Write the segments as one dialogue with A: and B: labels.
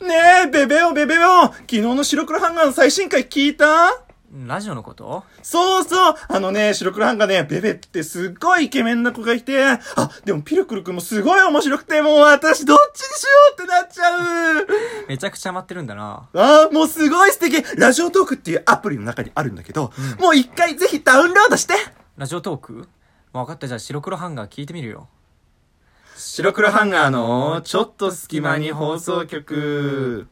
A: ねえ、ベベオベベオ昨日の白黒ハンガーの最新回聞いた
B: ラジオのこと
A: そうそうあのね、白黒ハンガーね、ベベってすっごいイケメンな子がいて、あ、でもピルクルくんもすごい面白くて、もう私どっちにしようってなっちゃう
B: めちゃくちゃ待ってるんだな。
A: あーもうすごい素敵ラジオトークっていうアプリの中にあるんだけど、もう一回ぜひダウンロードして
B: ラジオトーク分かった、じゃあ白黒ハンガー聞いてみるよ。
A: 白黒ハンガーの
B: ちょっと隙間に放送局。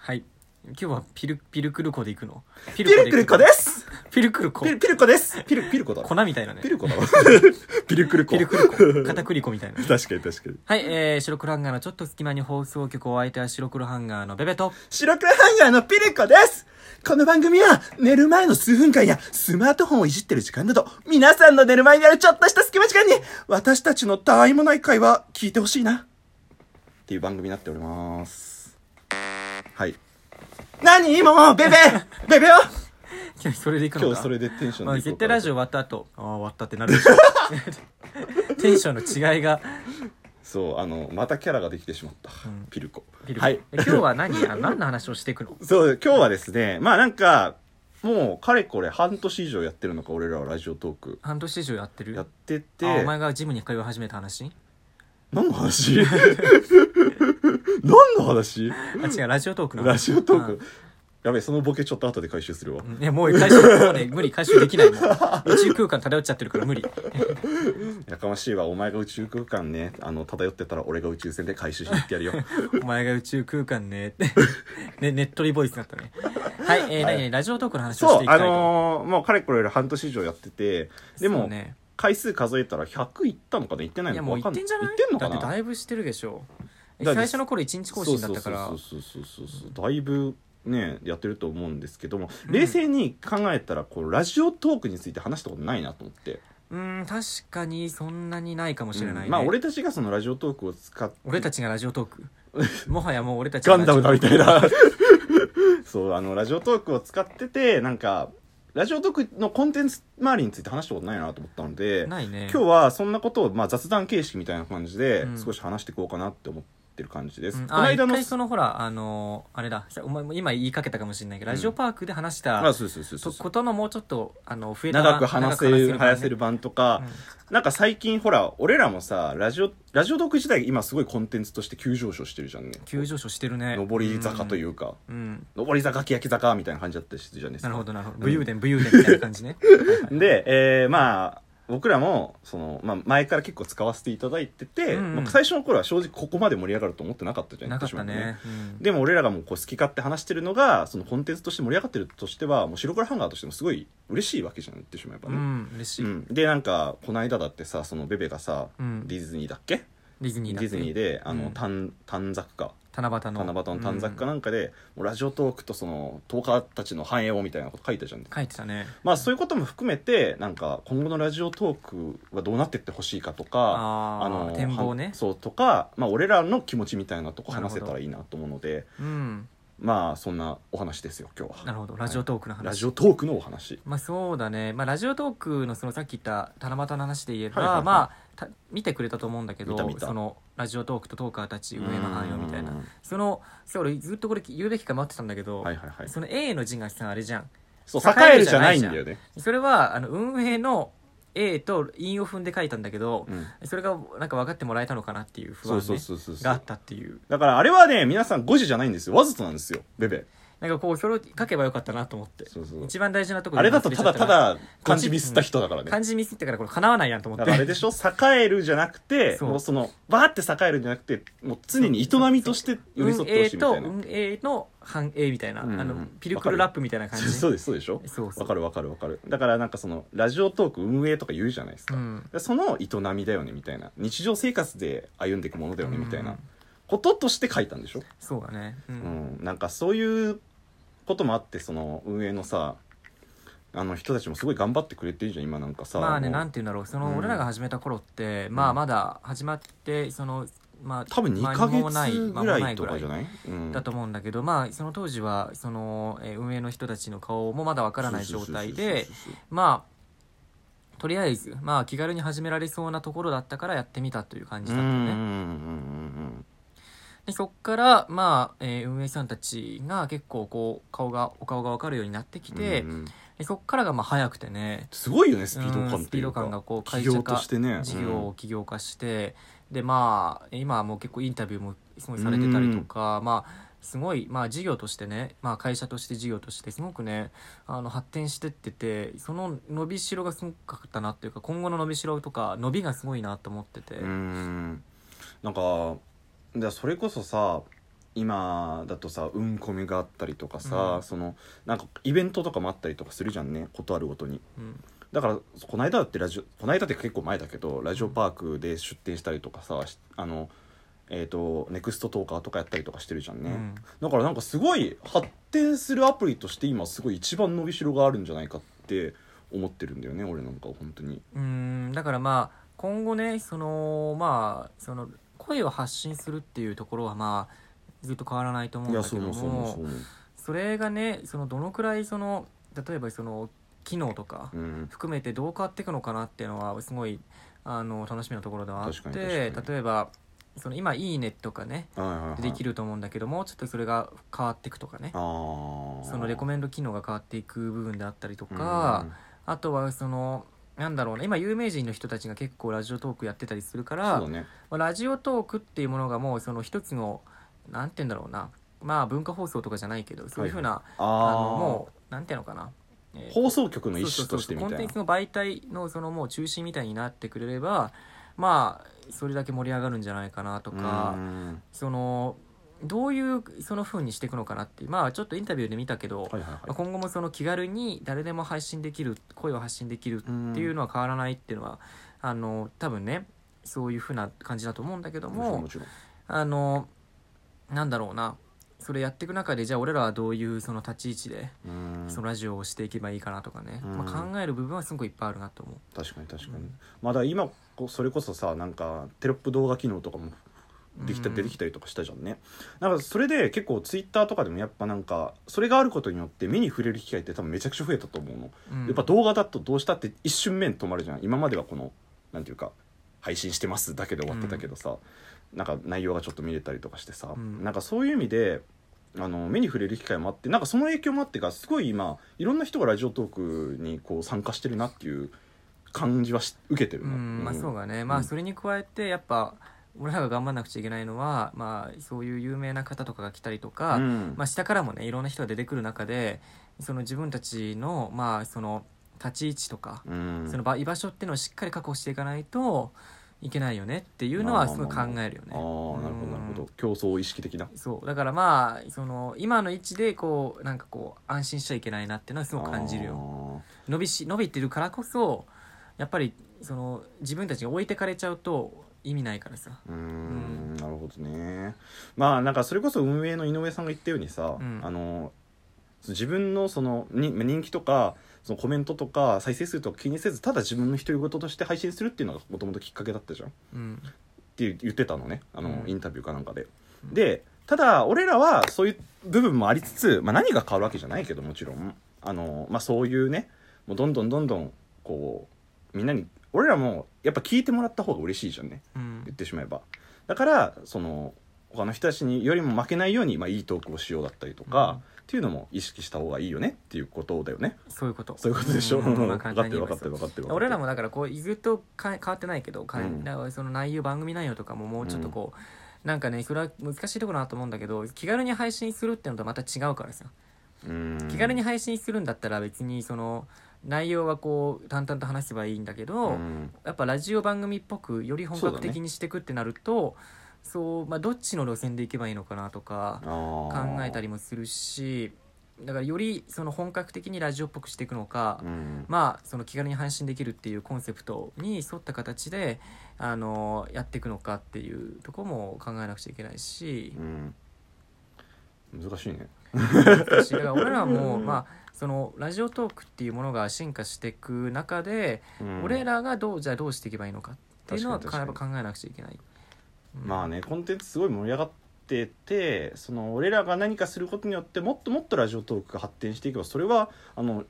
B: はい。今日はピル、ピルクルコで行くの
A: ピ
B: ピ
A: ルクル子
B: で
A: です
B: ピルクルコ
A: ピルピルコですピル、ピルコだろ。
B: 粉みたいなね
A: ピ。ルコだろ。 ピルクルコ。
B: ピルクルコ。片栗粉みたいな ね。
A: 確かに確かに。
B: はい、えー、白黒ハンガーのちょっと隙間に放送局お相手は白黒ハンガーのベベと。
A: 白黒ハンガーのピルコですこの番組は寝る前の数分間やスマートフォンをいじってる時間など皆さんの寝る前にあるちょっとした隙間時間に私たちのたわいもない会話聞いてほしいなっていう番組になっておりますはい何もうベベベベよ
B: 今日それで行くのか
A: 今日それでテンション
B: まあ、
A: でいこうか
B: 絶対ラジオ終わった後、ああ、終わったってなるでしょ。 テンションの違いが。
A: そうあのまたキャラができてしまった、ピルコ
B: ピル
A: はい
B: え今日は何あ何の話をしていくの
A: そう、今日はですね、まあなんか、もうかれこれ半年以上やってるのか、俺らはラジオトーク。
B: 半年以上やってる
A: やってて、
B: あお前がジムに通い始めた話
A: 何の話何の話
B: あ、違う、ラジオトークの話
A: ラジオトーク。やべえ、そのボケちょっと後で回収するわ。
B: うんいや、もう回収、もうね、無理、回収できないもん。宇宙空間漂っちゃってるか ら無理。
A: やかましいわ、お前が宇宙空間ね、あの、漂ってたら俺が宇宙船で回収してってやるよ。
B: お前が宇宙空間ね、ってね、ねっとりボイスになったね。はい、えー、何、々ラジオトークの話を
A: そ
B: して
A: う
B: いき、た
A: あ
B: いと思う。
A: のーもうかれこれ半年以上やってて、で
B: そ
A: も、
B: うね、
A: 回数数えたら100いったのかな行ってない
B: い
A: の
B: や、
A: か
B: もう
A: わ
B: 行
A: か
B: っ
A: んな
B: て
A: い。
B: んじゃない
A: 行ってんのか
B: だ
A: な
B: ってだいぶしてるでしょ。え
A: だっ
B: 最
A: て
B: 初の頃一日更新だったから
A: そう、そうそうそうそうそうだいぶねやってると思うんですけども冷静に考えたらこうラジオトークについて話したことないなと思って、
B: うーん、確かにそんなにないかもしれない、ね
A: うんまあ俺たちがそのラジオトークを使って
B: 俺たちがラジオトー ク。もはやもう俺たち
A: ガ
B: が
A: ン
B: ラ
A: ダ
B: ジ
A: ム
B: オト
A: だ
B: ー
A: みた
B: ク
A: いな そうあのラジオトークを使っててなんかラジオトークのコンテンツ周りについて話したことないなと思ったので
B: ないね。
A: 今日はそんなことを、まあ、雑談形式みたいな感じで
B: うん
A: 少し話していこうかなって思ってる感じです、
B: うん
A: この
B: あ、
A: 間
B: 一
A: の
B: 回そのほら、あのーあれだ、さお前も今言いかけたかもしれないけど、ラジオパークで話した、
A: あそうそうそうそう
B: とことのもうちょっと、あの、増えた
A: 長く話せる、話せる
B: か
A: 版とか、
B: らね
A: なんか最近ほら、俺らもさ、ラジオ、ラジオ読自体今すごいコンテンツとして急上昇してるじゃんね。
B: うん急上昇してるね。。
A: 上り坂といううか、
B: うん。
A: 上り坂、欅坂みたいな感じだったりするじゃないですか。
B: なるほど、なるほど。
A: う
B: 武
A: ん
B: 勇伝、武勇伝みたいな感じね。
A: で、えー、まあ、僕らも、その、まあ、前から結構使わせていただいてて、
B: うんうん
A: まあ最初の頃は正直ここまで盛り上がると思ってなかったじゃん、
B: なかった
A: 私も
B: ね。
A: でも俺らがもうこう好き勝手話してるのが、そのコンテンツとして盛り上がってるとしては、もう白黒ハンガーとしてもすごい嬉しいわけじゃん、言ってしまえば
B: う
A: ね。
B: ん、嬉し
A: う
B: い。
A: ん、でなんかこの間だってさそのベベがさ、
B: うん
A: ディズニーだっけ
B: ディ
A: デ
B: ズニーだ
A: ィズニーであ
B: う
A: の
B: ん
A: 短短冊か七夕
B: 七夕の。
A: の短冊か
B: な。
A: なんかで、もうラジオトークとその10日たちの繁栄をみたいなこと書いたじゃん
B: 書いてたね。
A: まあそういうことも含めてなんか今後のラジオトークはどうなってってほしいかとか
B: ああの、展望
A: は
B: ね
A: ん。そうとか、まあ、俺らの気持ちみたいなとこ
B: なる
A: 話
B: ほ
A: せ
B: ど
A: たらいいなと思うので
B: うん。
A: まあそんなお話ですよ今日は
B: なるほど。ラジオトークの話。
A: ラジオトークのお話
B: まあそうだね、まあ、ラジオトークのそのさっき言った七夕の話で言えば、
A: はいはいはい
B: まあた見てくれたと思うんだけど
A: 見た見た
B: そのラジオトークとトーカーたち上の汎用みたいうなんそのそう俺ずっとこれ言うべきか待ってたんだけど、
A: はいはいはい
B: その A の字がさあれじゃん
A: そう栄
B: 栄え
A: え
B: る
A: る
B: じ
A: じ
B: ゃ
A: ゃ
B: な
A: ないい
B: ん
A: ん
B: だ
A: だ
B: よ
A: よね、
B: それはあの運営の A と韻を踏んで書いたんだけど、
A: うん
B: それがなんか分かってもらえたのかなっていう不安、
A: そう
B: ね、
A: そうそうそうそう
B: があったっていう
A: だからあれはね皆さん誤字じゃないんですよわざとなんですよベベ
B: なんかこうそれを書けばよかったなと思って
A: そうそう
B: 一番大事なところ
A: あれだと
B: 忘ち
A: た
B: ゃ
A: だ
B: った
A: た
B: な
A: だ漢字ミスった人だからね
B: 漢字ミスってからこれ叶わないやんと思っ
A: だ
B: て
A: からあれでしょ栄えるじゃなくて
B: そう
A: もうそのバーって栄えるんじゃなくてもう常に営みとして寄り添
B: 運
A: ってほ
B: 営
A: しいみた
B: と
A: いな
B: 運営の反映みたいな、
A: うんうん
B: あのピルクルラップみたいな感 じ
A: そうですそうでしょ
B: そうそう
A: わかるわかるわかるだからなんかそのラジオトーク運営とか言うじゃないですか、
B: うん
A: でその営みだよねみたいな日常生活で歩んでいくものだよねみたいな、
B: うん
A: こととして書いたんでしょ
B: そうだね、うん
A: うん、なんかそういうこともあってその運営のさあの人たちもすごい頑張ってくれてるじゃん今なんかさ
B: まあね
A: もう
B: なんて言うんだろうそ
A: うん
B: の俺らが始めた頃って、まあ
A: うん
B: まだ始まってそのまあ
A: 多分2ヶ
B: 間もない
A: 月ぐらいとかじゃないうん
B: だと思うんだけどまあその当時はその、えー運営の人たちの顔もまだわからない状態で
A: そうそうそうそう
B: まあとりあえずまあ気軽に始められそうなところだったからやってみたという感じ
A: う
B: だ
A: ん
B: っ
A: う
B: た
A: んうん
B: よね、
A: うんうん
B: でそっから、まあ、えー運営さんたちが結構こう、顔が、お顔がわかるようになってきて、
A: うん
B: でそっからがまあ早くてね、
A: すごいよねスピード
B: う
A: 感
B: ん
A: っ
B: スピ
A: てい
B: ード
A: うか
B: 感がこう会
A: 企
B: 社
A: 業
B: 化
A: としてね
B: 事業を起業化して、でまあ今はもう結構インタビューもすごいされてたりとか、まあすごいまあ事業としてね、まあ、会社として事業としてすごくねあの発展してっててその伸びしろがすごかったなっていうか今後の伸びしろとか伸びがすごいなと思ってて、
A: うんうんなんかでそれこそさ今だとさうんこみがあったりとかさ、
B: うん
A: そのなんかイベントとかもあったりとかするじゃんねことあるごとに
B: うん
A: だからこの間だってラジオこの間って結構前だけどラジオパークで出店したりとかさしあのえっ、とネクストトーカーとかやったりとかしてるじゃんね、
B: うん
A: だからなんかすごい発展するアプリとして今すごい一番伸びしろがあるんじゃないかって思ってるんだよね俺なんかは本当に
B: うんだからまあ今後ねそのまあその声を発信するっていうところはまあずっと変わらないと思う
A: い
B: んだ
A: や
B: けど
A: そう
B: も
A: 思うそう思うそう思
B: それがねそのどのくらいその例えばその機能とか
A: ううん
B: 含めてどう変わっていくのかなっていうのはすごいあの楽しみなところではあっ
A: 確かに確
B: て
A: かに
B: 例えばその今「いいね」とかね
A: はいはいはい
B: できると思うんだけどもちょっとそれが変わっていくとかね
A: ああ
B: そのレコメンド機能が変わっていく部分であったりとかあとはそのなんだろうね今有名人の人たちが結構ラジオトークやってたりするか
A: そ
B: ら
A: うだね
B: まあラジオトークっていうものがもうその一つのなんて言うんだろうなまあ文化放送とかじゃないけどそういうふうな、あ
A: あ
B: の
A: あ
B: もうなんていうのかな、えー
A: 放送局の一
B: そ
A: 種
B: うそう
A: と
B: そう
A: してみ
B: コン
A: た
B: テ
A: い
B: ン
A: な
B: ツの媒体のそのもう中心みたいになってくれればまあそれだけ盛り上がるんじゃないかなとか、
A: うん
B: そのどういうその風にしていくのかなっていうまあちょっとインタビューで見たけど、
A: はいはいはい
B: まあ今後もその気軽に誰でも配信できる声を発信できるっていうのは変わらないっていうのは、あの多分ねそういう風な感じだと思うんだけど
A: もちろん
B: も
A: もちろん
B: あのなんだろうなそれやっていく中でじゃあ俺らはどういうその立ち位置で
A: うん
B: そのラジオをしていけばいいかなとかね、
A: うん
B: まあ、考える部分はすごくいっぱいあるなと思う
A: 確かに確かに、
B: うん
A: まあだから今こうそれこそさなんかテロップ動画機能とかもできた、
B: うん
A: 出てきたりとかしたじゃんねなんかそれで結構ツイッターとかでもやっぱなんかそれがあることによって目に触れる機会って多分めちゃくちゃ増えたと思うの、
B: うん
A: やっぱ動画だとどうしたって一瞬目に止まるじゃん今まではこのなんていうか配信してますだけで終わってたけどさ、なんか内容がちょっと見れたりとかしてさ、
B: うん
A: なんかそういう意味であの目に触れる機会もあってなんかその影響もあってかすごい今いろんな人がラジオトークにこう参加してるなっていう感じはし受けてる
B: う
A: な、
B: んまあそうだね、
A: ん
B: まあそれに加えてやっぱ俺らが頑張んなくちゃいけないのはまあそういう有名な方とかが来たりとか、
A: うん
B: まあ下からもねいろんな人が出てくる中でその自分たちのまあその立ち位置とか、
A: うん
B: その場居場所っていうのをしっかり確保していかないといけないよねっていうのはすごい考えるよね。
A: ああなるほどなるほど競争意識的な
B: そうだからまあその今の位置でこうなんかこう安心しちゃいけないなっていうのはすごく感じるよ
A: よ
B: 伸びし伸びてるからこそやっぱりその自分たちが置いてかれちゃうと意味ないからさ
A: うーんなるほどねまあなんかそれこそ運営の井上さんが言ったようにさ、
B: うん
A: あの自分のそのに人気とかそのコメントとか再生数とか気にせずただ自分の独り言として配信するっていうのがもともときっかけだったじゃんっ
B: うん
A: て言ってたのねあの、
B: うん
A: インタビューかなんかで。
B: うん
A: でただ俺らはそういう部分もありつつ、まあ、何が変わるわけじゃないけどもちろんあの、まあ、そういうねもうどんどんどんどんこうみんなに俺らもやっぱ聞いてもらった方が嬉しいじゃんね。
B: う
A: 言っ
B: ん
A: てしまえばだからその他の人たちによりも負けないように、まあ、いいトークをしようだったりとか、っていうのも意識した方がいいよねっていうことだよね
B: そういうこと
A: そういうことでしょ、
B: う
A: うんん、
B: まあ
A: 分か
B: 簡
A: って
B: 単に
A: る
B: 言
A: 分
B: えば
A: かってる分かってる
B: 俺ら
A: も
B: もだからこうずっとか変わってないけど、か
A: うん
B: だからその内容番組内容とかももうちょっとこう、なんかねそれは難しいところだと思うんだけど気軽に配信するってのとまた違うからさ気軽に配信するんだったら別にその内容はこう淡々と話せばいいんだけど、やっぱラジオ番組っぽくより本格的にしていくってなるとそう,、まあ、どっちの路線でいけばいいのかなとか
A: 考
B: 考えた
A: り、
B: りもするしだからよりその本格的にラジオっぽくしていくのか、
A: うん
B: まあその気軽に配信できるっていうコンセプトに沿った形であのやっていくのかっていうところも考えなくちゃいけないし
A: うん難しいね
B: だから俺らもまあそのラジオトークっていうものが進化していく中で、俺らがどうじゃあどうしていけばいいのかっていうのは
A: 確かに
B: やっ
A: 確
B: ぱ考えなくちゃいけない、うん
A: まあねコンテンツすごい盛り上がっててその俺らが何かすることによってもっともっとラジオトークが発展していけばそれはあの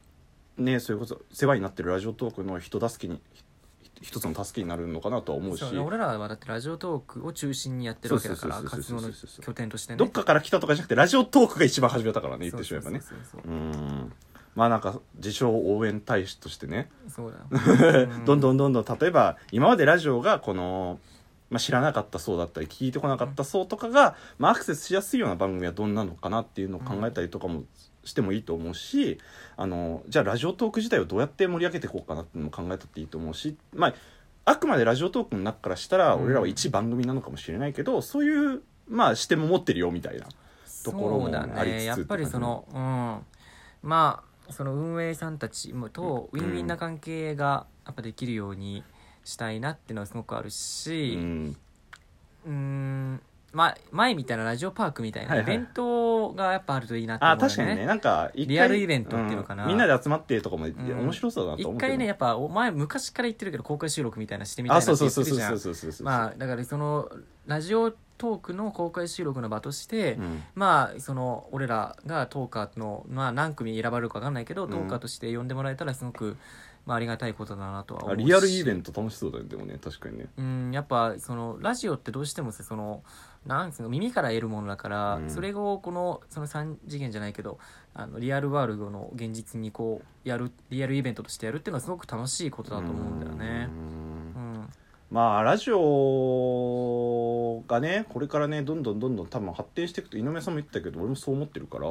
A: ねそれこそ世話になってるラジオトークの人助けにひ一つの助けになるのかなとは思うし
B: そうね俺らはだってラジオトークを中心にやってるわけだから
A: そうそう
B: 活
A: そう
B: 動
A: そう
B: の
A: そう
B: 拠点としてね
A: どっかから来たとかじゃなくてラジオトークが一番始めたからね言ってしまえばね
B: そうそうそう
A: う
B: そ
A: ーんまあなんか自称応援大使としてね、
B: うそうだ よ
A: どん
B: ん
A: どんどんどん例えば今までラジオがこの、まあ、知らなかった層だったり聞いてこなかった層とかが、まあ、アクセスしやすいような番組はどんなのかなっていうのを考えたりとかもしてもいいと思うし、あのじゃあラジオトーク自体をどうやって盛り上げていこうかなっていうのも考えたっていいと思うしまああくまでラジオトークの中からしたら
B: うん
A: 俺らは一番組なのかもしれないけど、そういう、まあ、視点も持ってるよみたいな。ところも
B: そうだ
A: ありつつ
B: ねやっぱりそのうんまあその運営さんたちもとウ
A: うん
B: ィンウィンな関係がやっぱできるようにしたいなっていうのはすごくある
A: う
B: し
A: ん
B: うんまあ前みたいなラジオパークみたい
A: は
B: ないイ
A: はい
B: ベントがやっぱあるといいなって
A: あ
B: 思うよ
A: 確かにねなんか一回
B: リアルイベントっていうのかなん
A: みんなで集まってとかも
B: ん
A: 面白そうだなと思
B: 一
A: うけど
B: 回ねやっぱお前昔から言ってるけど公開収録みたいなしてみたいなって言ってるじゃん
A: そうそうそ
B: まあだからそのラジオトークの公開収録の場として、
A: うん
B: まあその俺らがトーカーの、まあ、何組選ばれるか分かんないけど、
A: うん
B: トーカーとして呼んでもらえたらすごく、まあ、ありがたいことだなとは思
A: あ
B: うし
A: リアルイベント楽しそうだねでもね確かにね
B: うんやっぱそのラジオってどうしてもさそのなんつうの耳から得るものだから、
A: うん
B: それをこのその3次元じゃないけどあのリアルワールドの現実にこうやるリアルイベントとしてやるっていうのはすごく楽しいことだと思うんだよね
A: う。ん
B: うん
A: まあラジオがねこれからねどんどんどんどん多分発展していくと井上さんも言ってたけど俺もそう思ってるから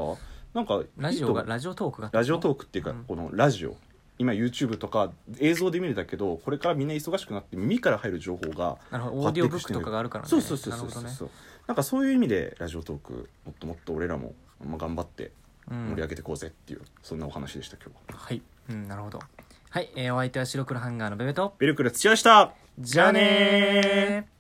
A: なんか
B: ラジオが
A: いいと
B: ラジオトークが
A: ラジオ
B: ー
A: トークっていうか、
B: うん
A: このラジオ今 YouTube とか映像で見るだけどこれからみんな忙しくなって耳から入る情報が
B: クなるほどオーディオブックとかがあるからね
A: そうそうそうそう
B: なる
A: そ
B: ほ
A: う
B: どね
A: そう、なんかそういう意味でラジオトークもっともっと俺らも、まあ、頑張って
B: うん
A: 盛り上げていこうぜっていう、そんなお話でした今日は。
B: はい、うん、なるほどはい、えーお相手は白黒ハンガーのベベと
A: ベルクル土屋でした
B: じゃあねー